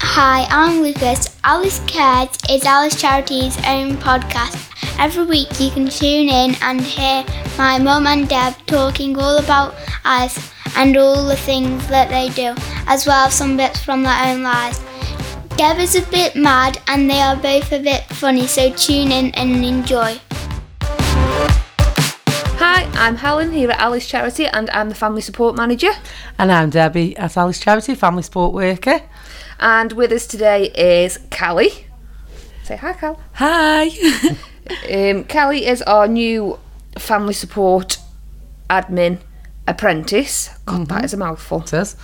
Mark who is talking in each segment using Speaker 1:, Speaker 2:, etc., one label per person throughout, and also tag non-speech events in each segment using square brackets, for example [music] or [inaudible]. Speaker 1: Hi, I'm Lucas. Alice Cared is Alice Charity's own podcast. Every week you can tune in and hear my mum and Deb talking all about Alice and all the things that they do, as well as some bits from their own lives. Deb is a bit mad and they are both a bit funny, so tune in and enjoy.
Speaker 2: Hi, I'm Helen here at Alice Charity and I'm the Family Support Manager.
Speaker 3: And I'm Debbie at Alice Charity, family support worker.
Speaker 2: And with us today is Callie. Say hi, Cal.
Speaker 4: Hi.
Speaker 2: Um, Callie is our new family support admin apprentice. God, that is a mouthful.
Speaker 3: It is.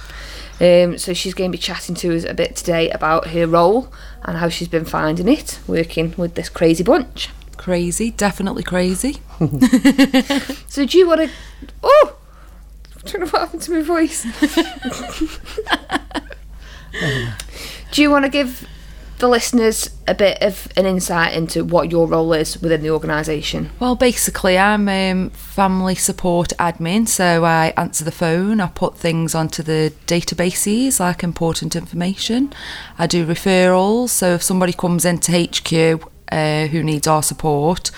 Speaker 2: Um, so she's going to be chatting to us a bit today about her role and how she's been finding it working with this crazy bunch.
Speaker 4: crazy, definitely crazy.
Speaker 2: So do you want to? Oh, I don't know what happened to my
Speaker 4: [laughs]
Speaker 2: voice. do you want to give the listeners a bit of an insight into what your role is within the organisation?
Speaker 4: Well, basically, I'm um, family support admin, so I answer the phone, I put things onto the databases like important information, I do referrals, so if somebody comes into HQ uh, who needs our support,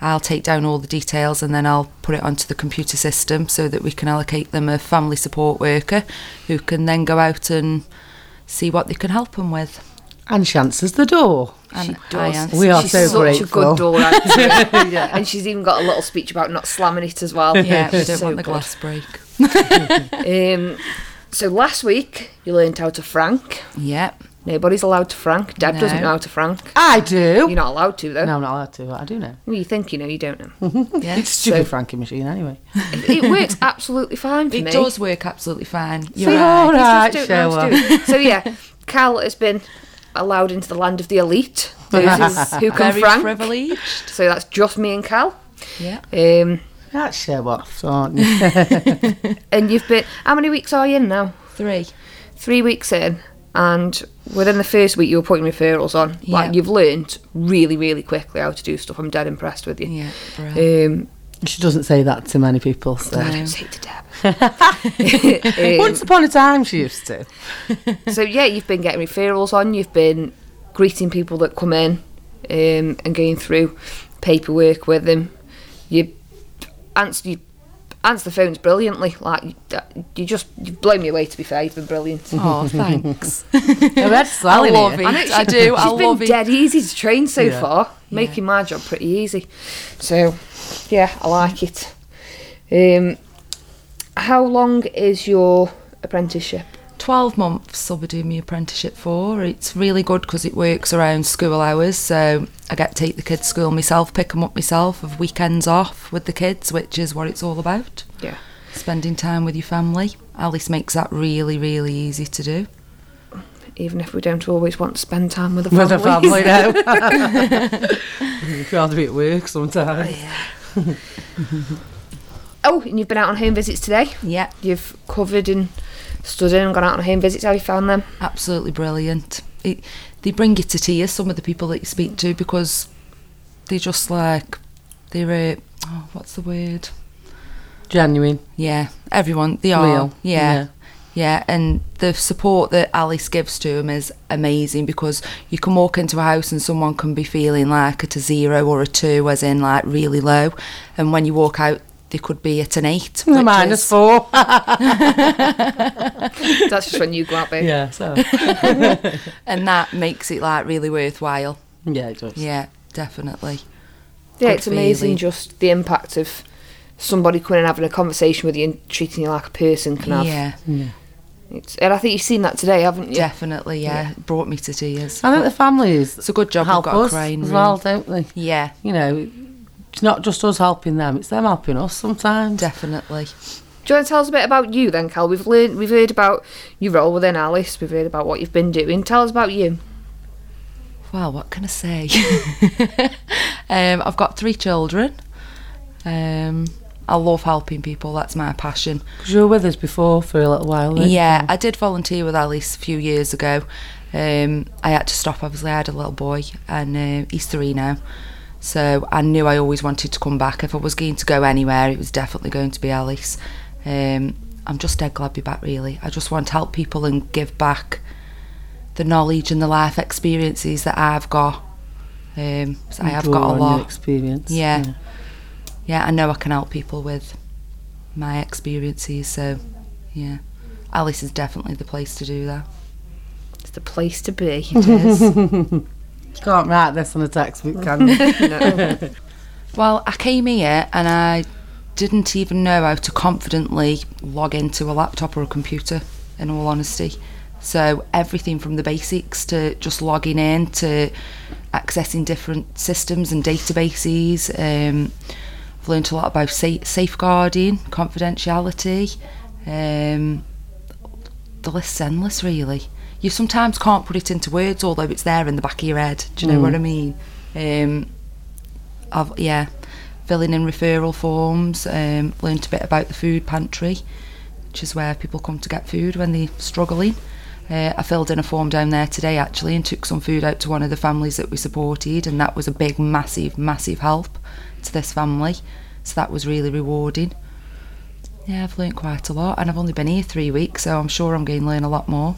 Speaker 4: I'll take down all the details and then I'll put it onto the computer system so that we can allocate them a family support worker who can then go out and see what they can help them with.
Speaker 3: And she answers the door.
Speaker 4: And I
Speaker 2: does.
Speaker 4: answer-
Speaker 3: We are
Speaker 2: she's
Speaker 3: so
Speaker 2: such a
Speaker 3: grateful.
Speaker 2: good door answerer.
Speaker 4: [laughs]
Speaker 2: and she's even got a little speech about not slamming it as well.
Speaker 4: Yeah,
Speaker 2: [laughs]
Speaker 4: we don't
Speaker 2: So
Speaker 4: want the
Speaker 2: good.
Speaker 4: glass break.
Speaker 2: Um, so last week you learned how to frank. [laughs]
Speaker 4: Yep.
Speaker 2: Nobody's allowed to frank. Deb doesn't
Speaker 4: No.
Speaker 2: know how to frank.
Speaker 3: I do.
Speaker 2: You're not allowed to though.
Speaker 3: no, I'm not allowed to, but I do know.
Speaker 2: Well, you think you know, you don't know.
Speaker 4: Yeah.
Speaker 3: Stupid Frankie machine, anyway.
Speaker 2: it works absolutely fine for
Speaker 4: It
Speaker 2: me.
Speaker 4: does work absolutely fine. You're
Speaker 3: See,
Speaker 4: right.
Speaker 3: all
Speaker 2: I
Speaker 3: right,
Speaker 2: just don't know how to
Speaker 3: Cheryl.
Speaker 2: do it. So yeah, Cal has been allowed into the land of the elite. Those who can
Speaker 4: Very
Speaker 2: oh, frank.
Speaker 4: privileged.
Speaker 2: So that's just me and Cal.
Speaker 4: Yeah.
Speaker 2: Um,
Speaker 3: That's Sherwood, aren't
Speaker 4: [laughs]
Speaker 3: you?
Speaker 2: and you've been how many weeks are you in now?
Speaker 4: Three.
Speaker 2: Three weeks in, and within the first week you were putting referrals on.
Speaker 4: Yeah.
Speaker 2: Like you've learned really, really quickly how to do stuff. I'm dead impressed with you.
Speaker 4: Yeah.
Speaker 2: [laughs]
Speaker 4: brilliant.
Speaker 2: Um,
Speaker 3: she doesn't say that to many people. So.
Speaker 4: [laughs]
Speaker 2: don't say it to Deb.
Speaker 3: Once upon a time, she used to.
Speaker 2: So yeah, you've been getting referrals on. You've been greeting people that come in um, and going through paperwork with them. You answer you answer the phones brilliantly. Like you- that- you just you've blown me away. To be fair, you've been brilliant.
Speaker 4: Oh, [laughs] thanks.
Speaker 3: Yeah, we had Sally
Speaker 4: I
Speaker 3: here.
Speaker 4: love it.
Speaker 2: know [laughs]
Speaker 4: I do. I
Speaker 2: she's been
Speaker 4: love it.
Speaker 2: dead easy to train so
Speaker 3: Yeah.
Speaker 2: far, making my job pretty easy. So yeah, I like it. Um, how long is your apprenticeship?
Speaker 4: 12 months I'll be doing my apprenticeship for. It's really good because it works around school hours. So I get to take the kids to school myself, pick them up myself, have weekends off with the kids, which is what it's all about.
Speaker 2: Yeah.
Speaker 4: Spending time with your family. Alice makes that really, really easy to do.
Speaker 2: Even if we don't always want to spend time with the
Speaker 3: With
Speaker 2: families.
Speaker 3: her family now. [laughs]
Speaker 4: [laughs]
Speaker 3: You'd rather be at work sometimes.
Speaker 2: Oh, and you've been out on home visits today.
Speaker 4: Yeah.
Speaker 2: You've covered and stood in and gone out on home visits. How you found [laughs] them?
Speaker 4: absolutely brilliant. It, they bring you to tears, some of the people that you speak to, because they're just like, they're, uh, oh, what's the word?
Speaker 3: Genuine.
Speaker 4: Yeah, everyone, they are.
Speaker 3: Real,
Speaker 4: Yeah.
Speaker 3: yeah.
Speaker 4: yeah. and the support that Alice gives to them is amazing because you can walk into a house and someone can be feeling like at a zero or a two, as in like really low, and when you walk out, they could be at an eight.
Speaker 3: The
Speaker 4: which
Speaker 3: minus
Speaker 4: is- [laughs]
Speaker 3: four.
Speaker 2: That's just when you go out, babe.
Speaker 3: yeah, so.
Speaker 4: and that makes it like really worthwhile.
Speaker 3: Yeah, it does.
Speaker 4: Yeah, definitely.
Speaker 2: Yeah,
Speaker 4: Good
Speaker 2: it's amazing
Speaker 4: feeling.
Speaker 2: just the impact of somebody coming and having a conversation with you and treating you like a person can have.
Speaker 4: Yeah,
Speaker 2: It's, and I think you've seen that today, haven't you?
Speaker 4: definitely. Yeah. brought me to tears.
Speaker 3: I think the families
Speaker 4: It's a good job
Speaker 3: help
Speaker 4: we've got a
Speaker 3: us
Speaker 4: crane
Speaker 3: as
Speaker 4: room.
Speaker 3: well, don't they? [laughs]
Speaker 4: Yeah,
Speaker 3: You know, it's not just us helping them; it's them helping us sometimes.
Speaker 4: definitely.
Speaker 2: Do you want to tell us a bit about you then, Cal? We've learned, we've heard about your role within Alice. We've heard about what you've been doing. Tell us about you.
Speaker 4: Well, what can I say? [laughs] um, I've got three children. Um, I love helping people. That's my passion.
Speaker 3: 'Cause you were with us before for a little while. weren't you?
Speaker 4: Yeah, I did volunteer with Alice a few years ago. Um, I had to stop, obviously. I had a little boy, and uh, he's three now. So I knew I always wanted to come back. If I was going to go anywhere, it was definitely going to be Alice. Um, I'm just dead glad to be back, really. I just want to help people and give back the knowledge and the life experiences that I've got. Um, so I have
Speaker 3: Draw
Speaker 4: got
Speaker 3: on
Speaker 4: a
Speaker 3: your
Speaker 4: lot.
Speaker 3: experience.
Speaker 4: Yeah. yeah. I know I can help people with my experiences. So, yeah. Alice is definitely the place to do that.
Speaker 2: It's the place to [laughs] be.
Speaker 3: [laughs] Can't write this on a textbook, can
Speaker 4: [laughs]
Speaker 3: you?
Speaker 4: Well, I came here and I didn't even know how to confidently log into a laptop or a computer, in all honesty. So, everything from the basics to just logging in to accessing different systems and databases. Um, I've learnt a lot about sa- safeguarding, confidentiality. Um, the list's endless, really. You sometimes can't put it into words, although it's there in the back of your head. Do you know what I mean? Um, I've yeah, filling in referral forms. Um, learnt a bit about the food pantry, which is where people come to get food when they're struggling. Uh, I filled in a form down there today actually and took some food out to one of the families that we supported, and that was a big, massive, massive help to this family. So that was really rewarding. Yeah, I've learnt quite a lot, and I've only been here three weeks, so I'm sure I'm going to learn a lot more.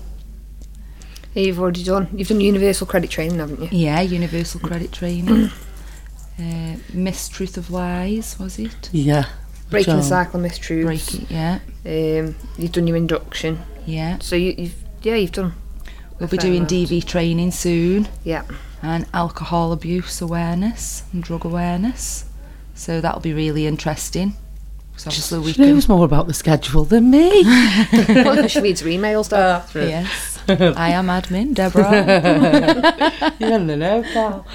Speaker 2: You've already done. You've done universal credit training, haven't you?
Speaker 4: Yeah, universal credit training. [coughs] uh, mistruth of lies, was it?
Speaker 3: yeah.
Speaker 2: Breaking the
Speaker 3: Job.
Speaker 2: cycle of mistruths.
Speaker 4: Break it, yeah,
Speaker 2: Um, you've done your induction.
Speaker 4: yeah.
Speaker 2: So you, you've yeah, you've
Speaker 4: [laughs]
Speaker 2: done.
Speaker 4: We'll be doing DV training soon
Speaker 2: Yeah.
Speaker 4: and alcohol abuse awareness and drug awareness. So that'll be really interesting. So obviously we
Speaker 3: She [laughs]
Speaker 4: can.
Speaker 3: knows more about the schedule than
Speaker 4: [laughs]
Speaker 3: me. [laughs]
Speaker 2: Probably just reads her emails though.
Speaker 4: Uh, Yes, I am admin, Deborah.
Speaker 3: you don't know, pal.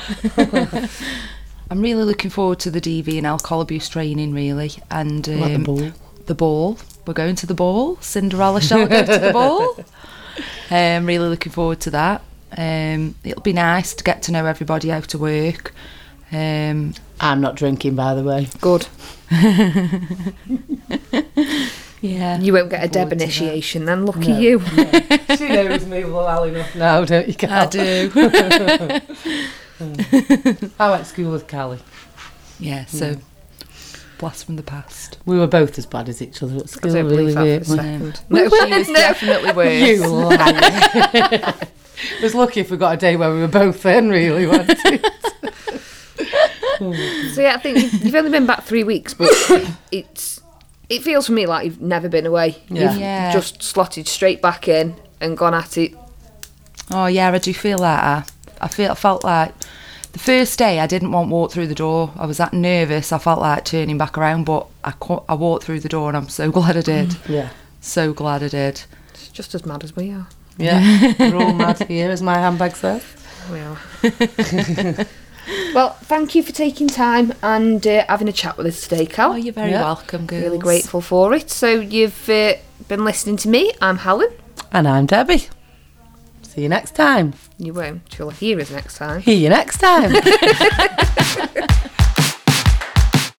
Speaker 4: I'm really looking forward to the DV and alcohol abuse training, really, and um,
Speaker 3: Like the ball.
Speaker 4: the ball. We're going to the ball. Cinderella shall go to the ball. Um, really looking forward to that. Um, it'll be nice to get to know everybody out to work. Um,
Speaker 3: I'm not drinking, by the
Speaker 4: [laughs]
Speaker 3: way.
Speaker 2: Good.
Speaker 4: yeah,
Speaker 2: You won't get a Deb
Speaker 4: forward to that.
Speaker 2: initiation then. Lucky
Speaker 4: [laughs]
Speaker 2: you.
Speaker 3: she knows me well enough now, don't you,
Speaker 4: I
Speaker 3: Cal?
Speaker 4: do.
Speaker 3: I went to school with Callie.
Speaker 4: Yeah, so blast from the past. Um,
Speaker 3: We were both as bad as each other at
Speaker 2: I
Speaker 3: school,
Speaker 2: don't
Speaker 3: really,
Speaker 2: believe that
Speaker 3: weren't
Speaker 2: for a
Speaker 3: we?
Speaker 2: second.
Speaker 3: We
Speaker 2: No, she [laughs]
Speaker 3: weren't,
Speaker 2: was definitely worse.
Speaker 3: You liar. I [laughs] was lucky if we got a day where we were both in, really, wasn't it?
Speaker 2: So yeah, I think you've, you've only been back three weeks, but [coughs] it's it feels for me like you've never been away.
Speaker 3: Yeah.
Speaker 2: You've
Speaker 4: Yeah.
Speaker 2: just slotted straight back in and gone at it.
Speaker 4: Oh yeah, I do feel that. I, I feel I felt like the first day I didn't want to walk through the door. I was that nervous. I felt like turning back around, but I co- I walked through the door, and I'm so [laughs] glad I did.
Speaker 3: [laughs] Yeah.
Speaker 4: So glad I did.
Speaker 2: It's just as mad as we are.
Speaker 3: Yeah. we're all mad here, as my handbag says.
Speaker 2: We are. [laughs] well, thank you for taking time and uh, having a chat with us today, Cal.
Speaker 4: Oh, you're very
Speaker 3: Yeah.
Speaker 4: welcome, girls.
Speaker 2: really grateful for it. So you've uh, been listening to me. I'm Helen.
Speaker 3: And I'm Debbie. See you next time.
Speaker 2: You won't. You'll hear us next time.
Speaker 3: See you next time.